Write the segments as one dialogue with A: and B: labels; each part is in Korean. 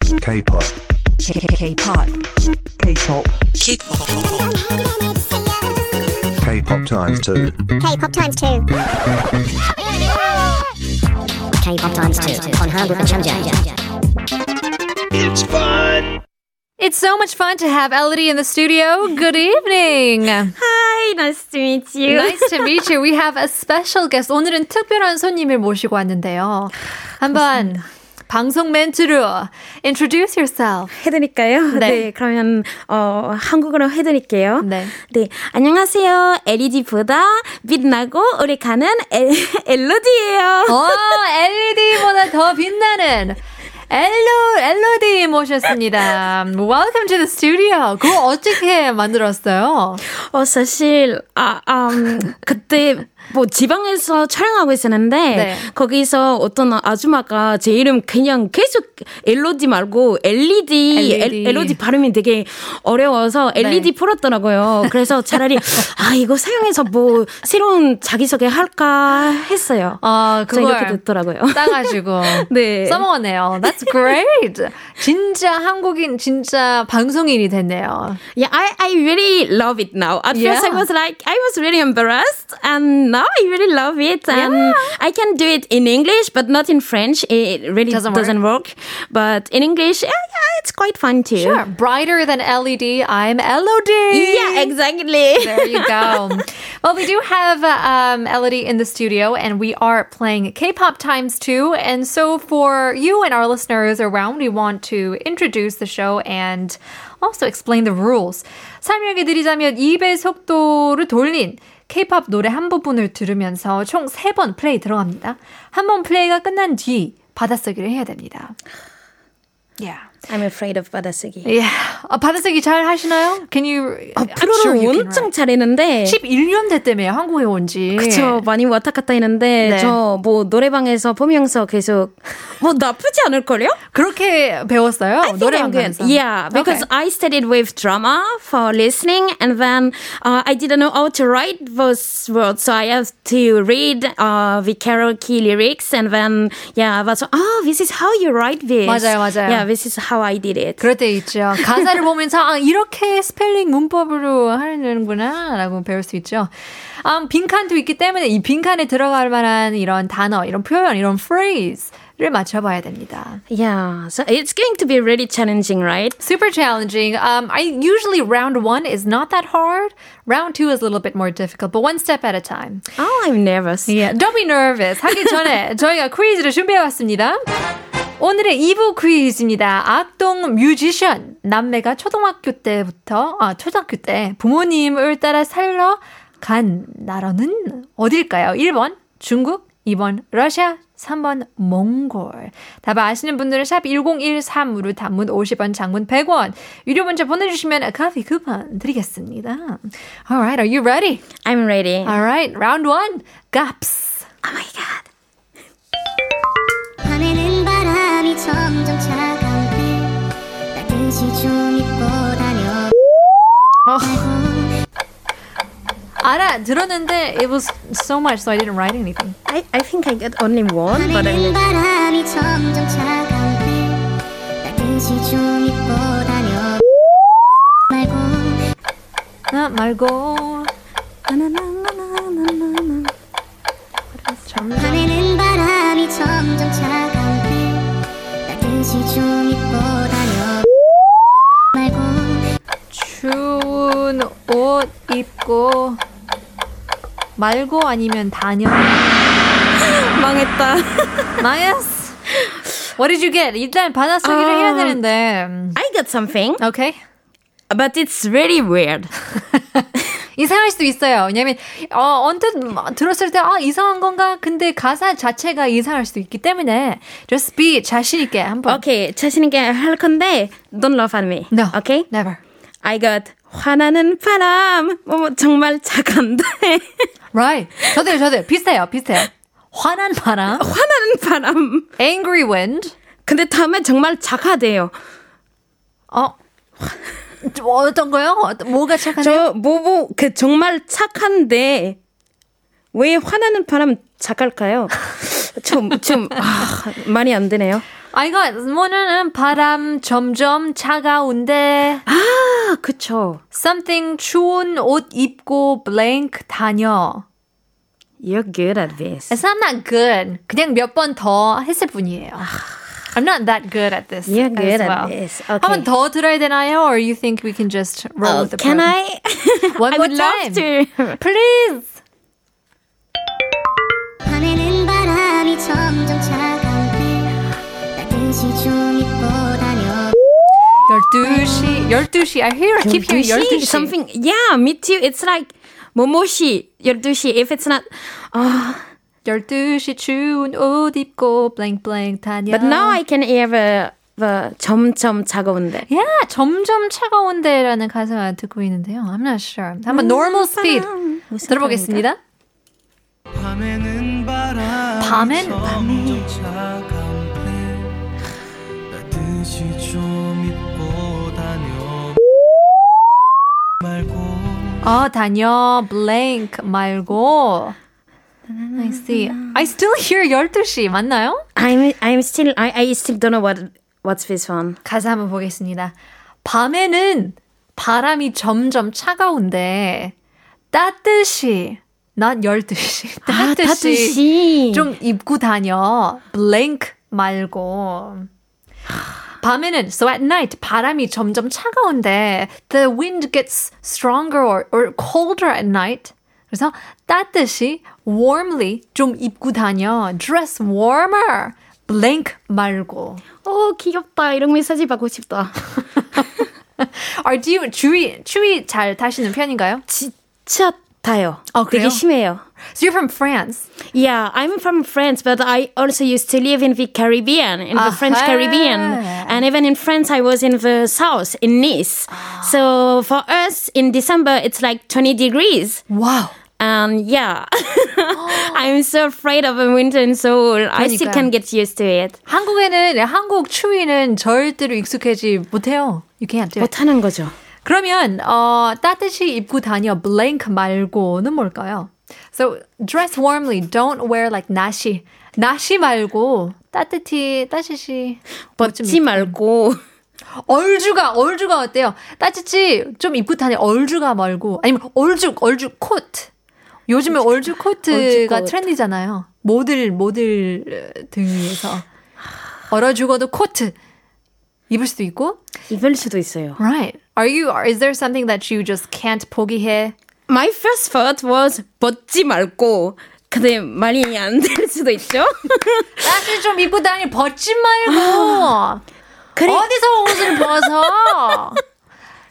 A: K-pop,
B: K-pop,
C: K-pop,
A: K-pop times two,
D: K-pop times two. K-pop times two on Hamburg and Changjiang.
E: It's so much fun to have Elodie in the studio. Good evening.
F: Hi, nice to meet you.
E: nice to meet you. We have a special guest. 오늘은 특별한 손님을 모시고 왔는데요. 한번 방송 멘트로 introduce yourself.
F: 해드릴까요?
E: 네.
F: 네. 그러면 어, 한국어로 해드릴게요.
E: 네.
F: 네, 안녕하세요. LED보다 빛나고 오래가는 엘- 엘로디예요.
E: 어, LED보다 더 빛나는 엘로 엘로디 모셨습니다. Welcome to the studio. 그거 어떻게 만들었어요?
F: 어, 사실 아, 아, 음, 그때 뭐 지방에서 촬영하고 있었는데
E: 네.
F: 거기서 어떤 아줌마가 제 이름 그냥 계속 엘로디 말고 LED,
E: LED.
F: 엘- 엘로디 네. 발음이 되게 어려워서 LED 풀었더라고요. 그래서 차라리 아 이거 사용해서 뭐 새로운 자기소개 할까 했어요.
E: 아,
F: 그래서 이렇게
E: 그걸
F: 됐더라고요.
E: 따가지고
F: 네.
E: 써먹었네요. That's great. 진짜 한국인 진짜 방송인이 됐네요.
F: Yeah, I, I really love it now. At first, I
E: Yeah.
F: was like, I was really embarrassed, and now I really love it. And I can do it in English, but not in French. It really
E: Doesn't
F: doesn't
E: work.
F: work. But in English, yeah, yeah, it's quite fun too.
E: Sure. Brighter than LED, I'm LOD.
F: Yeah, exactly.
E: There you go. well, we do have um, Elodie in the studio, and we are playing K-pop times two. And so, for you and our listeners around, we want to introduce the show and also explain the rules. 설명해 드리자면 2배 속도를 돌린 K-pop 노래 한 부분을 들으면서 총 3번 플레이 들어갑니다. 한 번 플레이가 끝난 뒤 받아쓰기를 해야 됩니다. Yeah.
F: I'm afraid of 받아쓰기.
E: Yeah. 아, 받아쓰기 잘 하시나요? Can you? I'm
F: 프로를
E: sure you can,
F: 엄청 잘했는데.
E: 11년 됐다며 한국에 온 지.
F: 그쵸 많이 왔다 갔다 했는데
E: 네.
F: 저 뭐 노래방에서 보면서 계속 뭐 나쁘지 않을걸요?
E: 그렇게 배웠어요? 노래방 가면서.
F: Yeah, because
E: Okay.
F: I studied with drama for listening, and then uh, I didn't know how to write those words, so I have to read uh, the karaoke lyrics, and then yeah, that's oh, this is how you write this.
E: 맞아요, 맞아요.
F: Yeah, this is how I did it.
E: 그럴 때 있죠. 가사를 보면서 아, 이렇게 스펠링 문법으로 하는구나라고 배울 수 있죠. 음, 빈칸도 있기 때문에 이 빈칸에 들어갈 만한 이런 단어, 이런 표현, 이런 phrase를 맞춰봐야 됩니다.
F: Yeah, so it's going to be really challenging, right?
E: Super challenging. Um, I usually round one is not that hard. Round two is a little bit more difficult, but one step at a time.
F: Oh, I'm nervous.
E: Yeah, don't be nervous. 하기 전에 저희가 퀴즈를 준비해왔습니다. 오늘의 2부 퀴즈입니다. 악동 뮤지션. 남매가 초등학교 때부터, 아, 초등학교 때 부모님을 따라 살러 간 나라는 어딜까요? 1번 중국, 2번 러시아, 3번 몽골. 답 아시는 분들은 샵 1013으로 단문 50원, 장문 100원. 유료 문자 보내주시면 커피 쿠폰 드리겠습니다. Alright, are you ready?
F: I'm ready.
E: All right, round one. Gaps.
D: 밤에는 바람이 점점 차가운데 따뜻이 좀 입고 다녀.
E: 어. 알아 들었는데 it was so much so I didn't write anything.
F: I, I think I got only one, but
D: 밤에는
F: I'm
D: 바람이 점점 차가운데 따뜻이 좀 입고 다녀. 말고
E: 나 말고
D: 밤에는 바람이 점점 차가운데 따뜻이 좀 입고 다녀. 말고
E: 추운 옷 입고 말고 아니면 다녀.
F: 망했다.
E: 망했어. What did you get? 일단 받아쓰기를
F: 아.
E: 해야 되는데.
F: I got something,
E: Okay.
F: but it's really weird.
E: 이상할 수도 있어요. 왜냐면 어, 언뜻 들었을 때 아, 이상한 건가? 근데 가사 자체가 이상할 수도 있기 때문에 just be 자신 있게 한번.
F: 오케이 자신 있게 할 건데 don't laugh at me.
E: No.
F: Okay.
E: Never.
F: I got 화나는 바람. 어머 정말 착한데
E: Right. 저도요, 저도요. 비슷해요, 비슷해요. 화난 바람,
F: 화나는 바람.
E: angry wind.
F: 근데 다음에 정말 착하대요.
E: 어. 좀 어떤 거요? 어떤- 뭐가 착하나요?
F: 저 뭐뭐 그 정말 착한데 왜 화나는 바람 착할까요? 좀 좀 아, 말이 안 되네요.
E: 아 이거 뭐는 바람 점점 차가운데
F: 아, 그쵸.
E: something 추운 옷 입고 blank 다녀.
F: You're good at this.
E: It's I'm not good. 그냥 몇 번 더 했을 뿐이에요. I'm not that good at this.
F: You're good
E: as
F: at
E: well.
F: this. Okay.
E: 한번 더 들어야 되나요? Or you think we can just roll
F: Oh,
E: with the
F: can
E: program?
F: I?
E: One
F: I
E: more
F: would
E: time.
F: love to.
E: Please.
D: 밤에는 바람이 점점 차가운데 따뜻이 좀 입고 다녀
E: 12시, 12시. I hear, keep hearing 12시.
F: something. Yeah, me too. It's like momoshi, 열두시. If it's not, oh,
E: 12시 추운 옷 입고 blank blank 다녀.
F: but now I can hear the the 점점 차가운데.
E: 야, 점점 차가운데라는 가사 듣고 있는데요. I'm not sure. 한번 normal speed 들어보겠습니다.
C: 밤에는 바람
E: 음, 밤엔
C: 점점 차가운데 따뜻이 좀 입고 다녀 말고
E: 어, 다녀 blank 말고 I see. I still hear 12시 맞나요?
F: I'm I'm still I I still don't know what what's this one.
E: 가사 한번 보겠습니다. 밤에는 바람이 점점 차가운데 따뜻이 not 12시
F: 아,
E: 따뜻이
F: 다투시.
E: 좀 입고 다녀 blank 말고 밤에는 so at night 바람이 점점 차가운데 the wind gets stronger or, or colder at night 그래서 따뜻이 warmly 좀 입고 다녀 dress warmer blank 말고
F: 오 귀엽다. 이런 메시지 받고 싶다.
E: Are you 추위 추위 잘 타시는 편인가요?
F: 진짜 타요.
E: 아,
F: 되게
E: 그래요?
F: 심해요.
E: So you're from France.
F: Yeah, I'm from France, but I also used to live in the Caribbean, in the French
E: Aha.
F: Caribbean. And even in France, I was in the south, in Nice. So for us, in December, it's like 20 degrees.
E: Wow.
F: And yeah, I'm so afraid of the winter in Seoul. I still
E: 그러니까요.
F: can't get used to it.
E: 한국에는 한국 추위는 절대로 익숙해지 못해요. You can't do it.
F: 못하는 거죠.
E: 그러면 어, 따뜻이 입고 다녀 blank 말고는 뭘까요? So dress warmly. Don't wear like 나시. 나시 말고 따뜻히 따뜻이
F: 벗지 말고.
E: 얼주가 얼주가 어때요? 따뜻이 좀 입고 다니 얼주가 말고 아니면 얼죽 얼죽 코트. 요즘에 얼죽 코트가
F: 얼죽 코트.
E: 트렌디잖아요. 모들 모들 등에서 얼어 죽어도 코트 입을 수도 있고.
F: 입을 수도 있어요.
E: Right. Are you is there something that you just can't 포기해?
F: My first thought was 벗지 말고. 근데 말이 안 될 수도 있죠.
E: 따뜻 좀 입고 다니 벗지 말고.
F: 그래.
E: 어디서 옷을 벗어?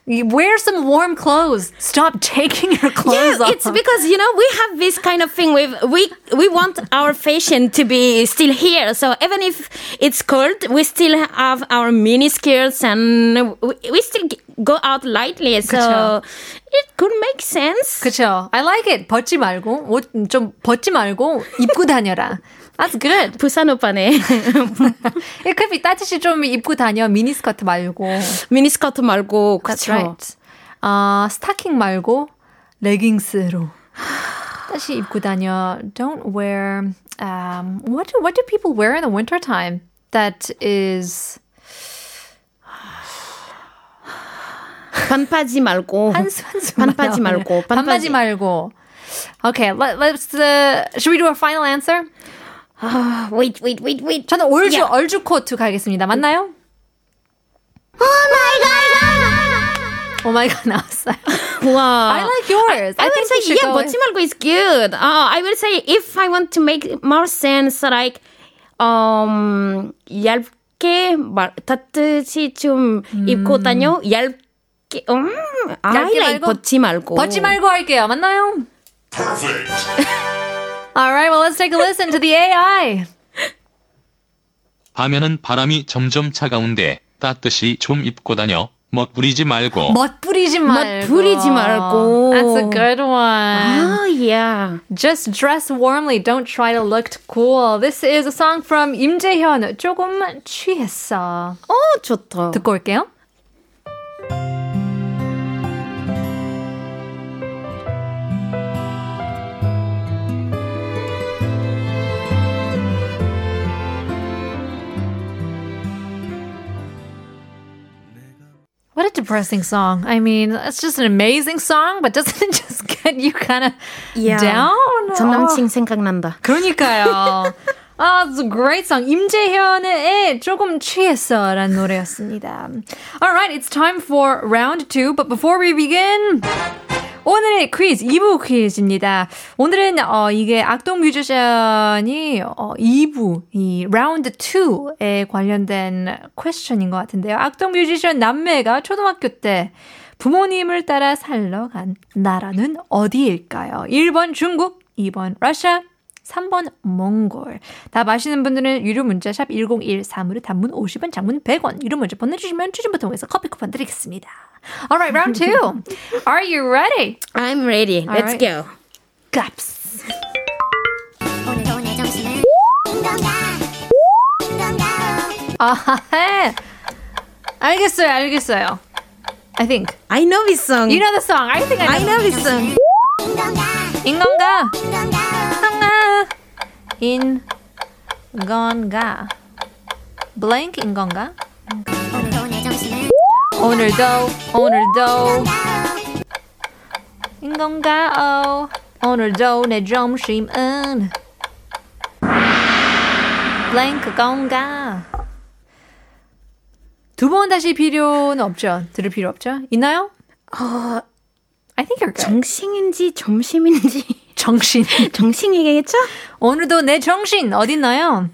E: You Wear some warm clothes. Stop taking your clothes
F: Yeah,
E: off.
F: it's because you know we have this kind of thing. We we we want our fashion to be still here. So even if it's cold, we still have our mini skirts and we, we still g- go out lightly. So
E: 그쵸.
F: it could make sense.
E: 그쵸. I like it. 벗지 말고, 옷 좀 벗지 말고, 입고 다녀라. That's good.
F: 부산 오빠네
E: It could be 따뜻이 좀 입고 다녀. 미니스커트 말고.
F: 미니스커트 말고
E: That's
F: 그쵸.
E: right. 아, 스타킹 말고, 레깅스로. 따뜻이 입고 다녀. Don't wear, um, what do, what do people wear in the winter time? That is
F: 반바지 말고
E: 한수 한수
F: 반바지
E: 많아요.
F: 말고,
E: 반바지
F: 반바지.
E: 말고. Okay, let, let's uh, should we do a final answer?
F: wait wait wait wait.
E: 저는 얼주
F: Yeah.
E: 얼주 코트 가겠습니다. 맞나요? 오 마이 갓 나왔어요.
F: 와.
E: I like yours. 아, I,
F: I
E: think
F: would
E: we
F: say
E: should
F: yeah,
E: go with-
F: but Timalgo is good. Uh, I will say if I want to make more sense, like um 얇게 말 따뜻이 좀 입고 다녀 얇게 음 I
E: 얇게
F: like
E: 말고?
F: 벗지 말고
E: 벗지 말고 할게요. 맞나요? Perfect. All right, well let's take a listen to the AI.
G: 밤에는 바람이 점점 차가운데 따뜻이 좀 입고 다녀 멋부리지 말고
E: 멋부리지 말고.
F: 멋부리지 말고.
E: That's a good one.
F: Oh yeah.
E: Just dress warmly. Don't try to look cool. This is a song from 임재현. 조금 취했어.
F: 어 좋다.
E: 듣고 올게요. What a depressing song. I mean, it's just an amazing song, but doesn't it just get you kind of
F: Yeah.
E: down?
F: 전
E: 어.
F: 남친 생각난다.
E: 그러니까요. 아, it's a great song. 임재현의 조금 취했어라는 노래였습니다. Alright, it's time for round two. But before we begin, 오늘의 퀴즈, 2부 퀴즈입니다. 오늘은 어, 이게 악동 뮤지션이 어, 2부, 이 라운드 2에 관련된 퀘스천인 것 같은데요. 악동 뮤지션 남매가 초등학교 때 부모님을 따라 살러 간 나라는 어디일까요? 1번 중국, 2번 러시아, 3번 몽골. 답 아시는 분들은 유료 문자 샵 1013으로 단문 50원, 장문 100원. 유료 문자 보내주시면 추첨을 통해서 커피 쿠폰 드리겠습니다. Alright, round two. Are you ready?
F: I'm ready.
E: Alright.
F: Let's go.
E: 값.
D: 오늘 오늘 점심은 인건가 인건가
E: 아, 헤 알겠어요, 알겠어요. I think.
F: I know this song.
E: You know the song. I think I
F: I
E: know.
F: know this song.
E: 인 건가? 하나. 인 건가? blank 인 건가?
D: 오늘 오늘 점심은
E: 오늘도 오늘도 인 건가? 어? 오 오늘도 내 점심은 blank 건가? 두 번 다시 필요는 없죠. 들을 필요 없죠. 있나요?
F: 어,
E: I think you're good.
F: 정신인지 점심인지
E: 정신.
F: 정신이겠죠?
E: 오늘도 내 정신 어딨나요?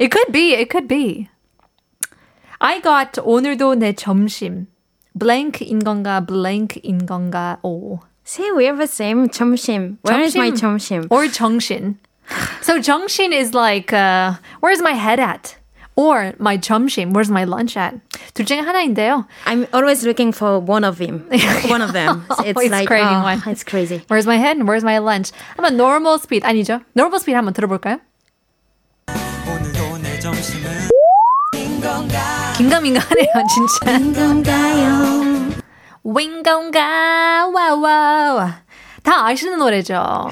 E: It could be, it could be. I got 오늘도 내 점심. blank인 건가, blank인 건가, 오.
F: See, we have the same 점심. Where is my 점심?
E: Or 정신. So 정신 is like, uh, where's my head at? Or my 점심, where's my lunch at? 둘 중에 하나인데요.
F: I'm always looking for one of them. one of them. It's
E: Always
F: like
E: craving
F: oh,
E: one.
F: It's crazy.
E: Where's my head? Where's my lunch? 한번 normal speed 아니죠? Normal speed 한번 들어볼까요?
C: 오늘도 내 점심은
E: 긴가민가하네요, 진짜. 윙가운가 와와와 다 아시는 노래죠.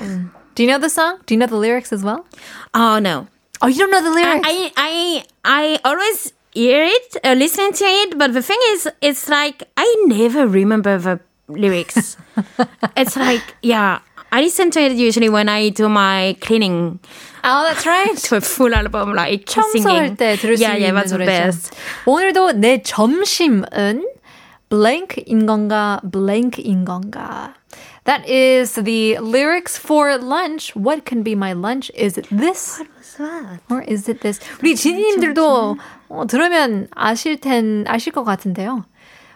E: Do you know the song? Do you know the lyrics as well?
F: Oh no.
E: Oh, you don't know the lyrics?
F: I I I always hear it, uh, listen to it, but the thing is, it's like I never remember the lyrics. it's like yeah, I listen to it usually when I do my cleaning
E: oh, that's right.
F: to a full album like
E: 청소할
F: singing.
E: 때 들을 수
F: yeah, yeah,
E: 있는
F: that's the
E: 노래죠.
F: best.
E: 오늘도 내 점심은 blank인 건가 blank인 건가? That is the lyrics for lunch. What can be my lunch? Is it this? Or is it this? 우리 지니님들도 어, 들으면 아실 텐 아실 것 같은데요.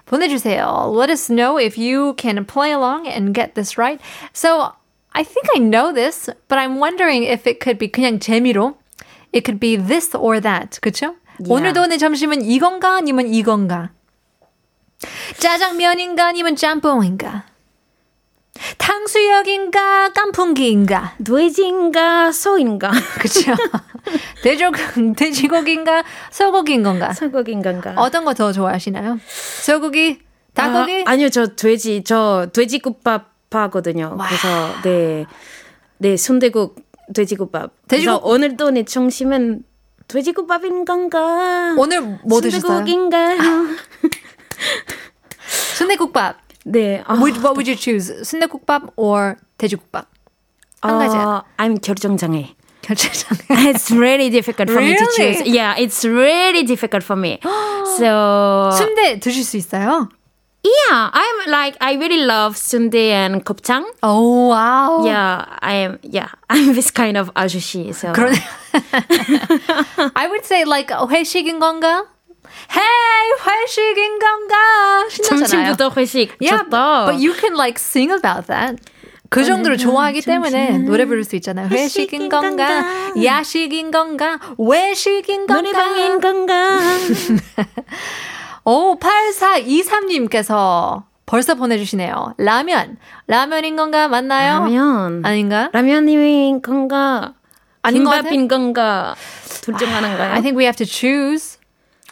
E: 보내주세요. Let us know if you can play along and get this right. So I think I know this, but I'm wondering if it could be 그냥 재미로. It could be this or that. 그쵸? 오늘도 내 점심은 이건가 아니면 이건가? 짜장면인가 아니면 짬뽕인가? 탕수육인가 깐풍기인가?
F: 돼지인가 소인가
E: 그쵸? 돼지고, 돼지고기인가 소고기인 건가?
F: 소고기인가?
E: 어떤 거 더 좋아하시나요? 소고기, 닭고기?
F: 아, 아니요, 저 돼지, 저 돼지국밥 하거든요. 그래서 네, 네 순대국 돼지국밥. 그래서
E: 돼지국-
F: 오늘도 내 정심은 돼지국밥인 건가?
E: 오늘 뭐 드셨어요?
F: 순대국인가요?
E: 순대국밥.
F: 네, 아,
E: Would, what would you choose? 순대국밥 or 돼지국밥? 한 가지야.
F: 어, I'm 결정장애.
E: 결정장애.
F: It's really difficult for me to
E: Really?
F: choose. Yeah, it's really difficult for me. So
E: 순대 드실 수 있어요?
F: yeah, I'm like I really love sundae and 곱창.
E: 오, 와우.
F: Yeah, I'm yeah, I'm this kind of 아저씨. So
E: 그러네. I would say like 회식인 건가? Hey, 회식인 건가? 신나잖아요. 뭐
F: 점심부터 회식
E: Yeah,
F: 좋다.
E: but you can like sing about that. 그 정도로 좋아하기 때문에 노래 부를 수 있잖아요. 회식인
F: 회식인
E: 건가?
F: 건가?
E: 야식인 건가? 외식인 건가?
F: 노래방인 건가?
E: 오, 8423님께서 벌써 보내주시네요. 라면. 라면인 건가? 맞나요?
F: 라면
E: 아닌가?
F: 라면인 건가?
E: 아닌 아, 것 같아?
F: 김밥인 건가? 둘 중 하나인가요?
E: I think we have to choose.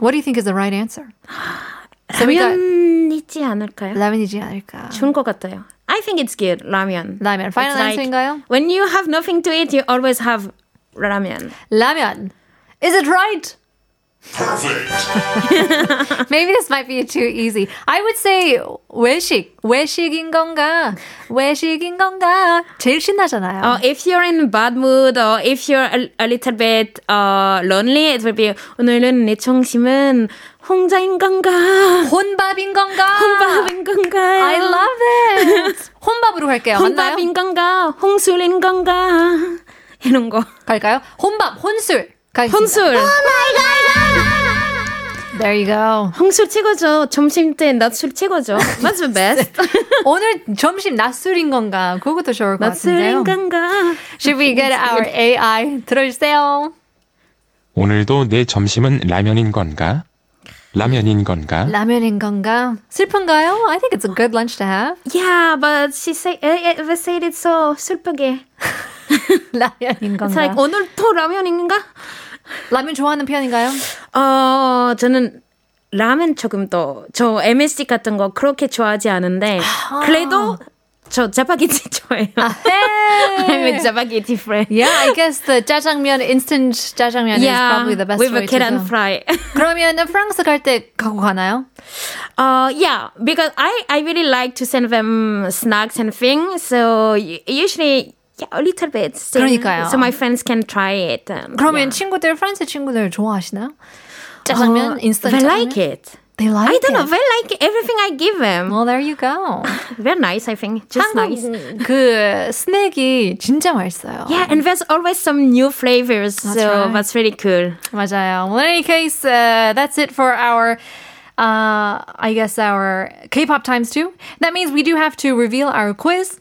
E: What do you think is the right answer? So we got
F: 라면이지 않을까요?
E: 라면이지 않을까?
F: 좋은 것 같아요. I think it's good 라면.
E: 라면. Final
F: It's like,
E: answer인가요?
F: When you have nothing to eat, you always have 라면.
E: 라면. Is it right? Maybe this might be too easy. I would say 외식, 외식인 건가, 외식인 건가. 제일 신나잖아요.
F: Uh, if you're in a bad mood or if you're a, a little bit uh, lonely, it will be 오늘은 내 정신은 홍자인 건가?
E: 혼밥인 건가?
F: 혼밥인 건가?
E: I love it. 혼밥으로 갈게요. 맞나요?
F: 혼밥인 건가? 홍술인 건가? 이런 거.
E: 갈까요? 혼밥, 혼술. 가겠습니다. Oh
F: 혼술.
E: There you go.
F: 홍술 최고죠. 점심 때 낮술 최고죠. That's the best.
E: 오늘 점심 낮술인 건가? 그것도 좋을 것 같은데요.
F: 낮술인 건가?
E: Should we get our AI? 들어주세요.
H: 오늘도 내 점심은 라면인 건가? 라면인 건가?
E: 라면인 건가? 슬픈가요? I think it's a good lunch to have.
F: Yeah, but she say, eh, eh, said it so 슬프게.
E: 라면인
F: It's
E: 건가?
F: like 오늘 또 라면인가?
E: 어, 라면 좋아하는 편인가요?
F: 어, 저는 라면 조금 더, 저 MSG 같은 거 그렇게 좋아하지 않은데, 그래도 저 자파게티 좋아해요. I'm a 자파게티 friend.
E: Yeah, I guess the 짜장면, instant 짜장면 is probably the best
F: with
E: way
F: a
E: to
F: 계란
E: go.
F: fry.
E: 그러면 프랑스 갈 때 갖고 가나요?
F: uh, yeah, because I, I really like to send them snacks and things. So u- usually, yeah, a little bit. So,
E: 그러니까요.
F: so my friends can try it. Um,
E: 그러면
F: yeah.
E: 친구들, 프랑스 친구들 좋아하시나요? 짜장면,
F: Uh,
E: instant
F: They
E: 짜장면?
F: like it.
E: They like
F: I don't know.
E: it.
F: They like everything I give them.
E: Well, there you go.
F: Very nice, I think. Just nice.
E: 한국 그 스낵이 진짜 맛있어요.
F: Yeah, and there's always some new flavors, so
E: right.
F: that's really cool.
E: 맞아요. Well, in any case, uh, that's it for our. Uh, I guess our K-pop times two. That means we do have to reveal our quiz.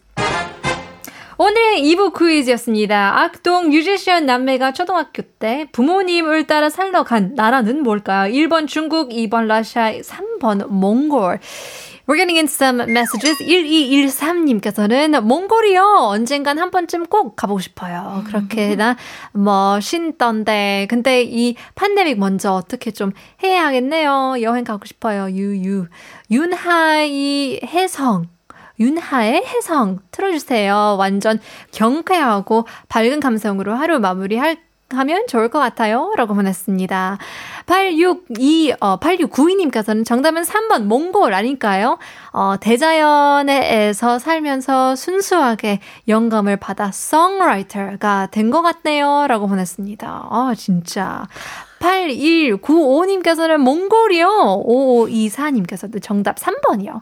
E: 오늘의 2부 퀴즈였습니다. 악동 뮤지션 남매가 초등학교 때 부모님을 따라 살러 간 나라는 뭘까요? 1번 중국, 2번 러시아, 3번 몽골. We're getting in some messages. 1213님께서는 몽골이요. 언젠간 한 번쯤 꼭 가보고 싶어요. 그렇게나 멋있던데. 근데 이 팬데믹 먼저 어떻게 좀 해야 하겠네요. 여행 가고 싶어요. 유유. 윤하이 혜성. 윤하의 해성 틀어주세요. 완전 경쾌하고 밝은 감성으로 하루 마무리할 하면 좋을 것 같아요. 라고 보냈습니다. 862, 어, 8692님께서는 정답은 3번 몽골 아닐까요? 어, 대자연에서 살면서 순수하게 영감을 받아 songwriter가 된 것 같네요. 라고 보냈습니다. 아, 진짜. 8195님께서는 몽골이요. 5524님께서도 정답 3번이요.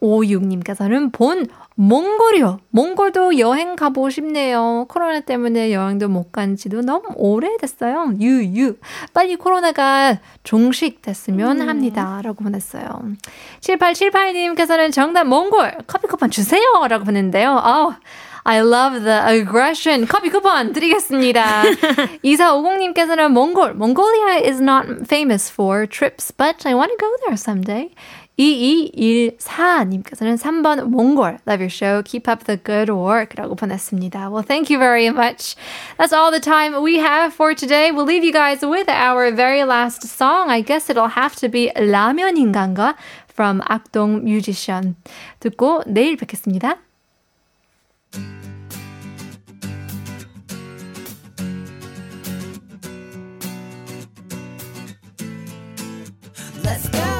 E: 7656님께서는 본 몽골이요. 몽골도 여행 가보고 싶네요. 코로나 때문에 여행도 못 간 지도 너무 오래됐어요. 유유. 빨리 코로나가 종식됐으면 합니다. 라고 보냈어요. 7878님께서는 정답 몽골 커피 쿠폰 주세요. 라고 보냈는데요. 아우. I love the aggression. 커피 쿠폰 드리겠습니다. 2450님께서는 몽골. Mongolia is not famous for trips, but I want to go there someday. 2214님께서는 3번 몽골. Love your show. Keep up the good work. 라고 보냈습니다. Well, thank you very much. That's all the time we have for today. We'll leave you guys with our very last song. I guess it'll have to be 라면인간가 from 악동 뮤지션. 듣고 내일 뵙겠습니다.
C: Let's go.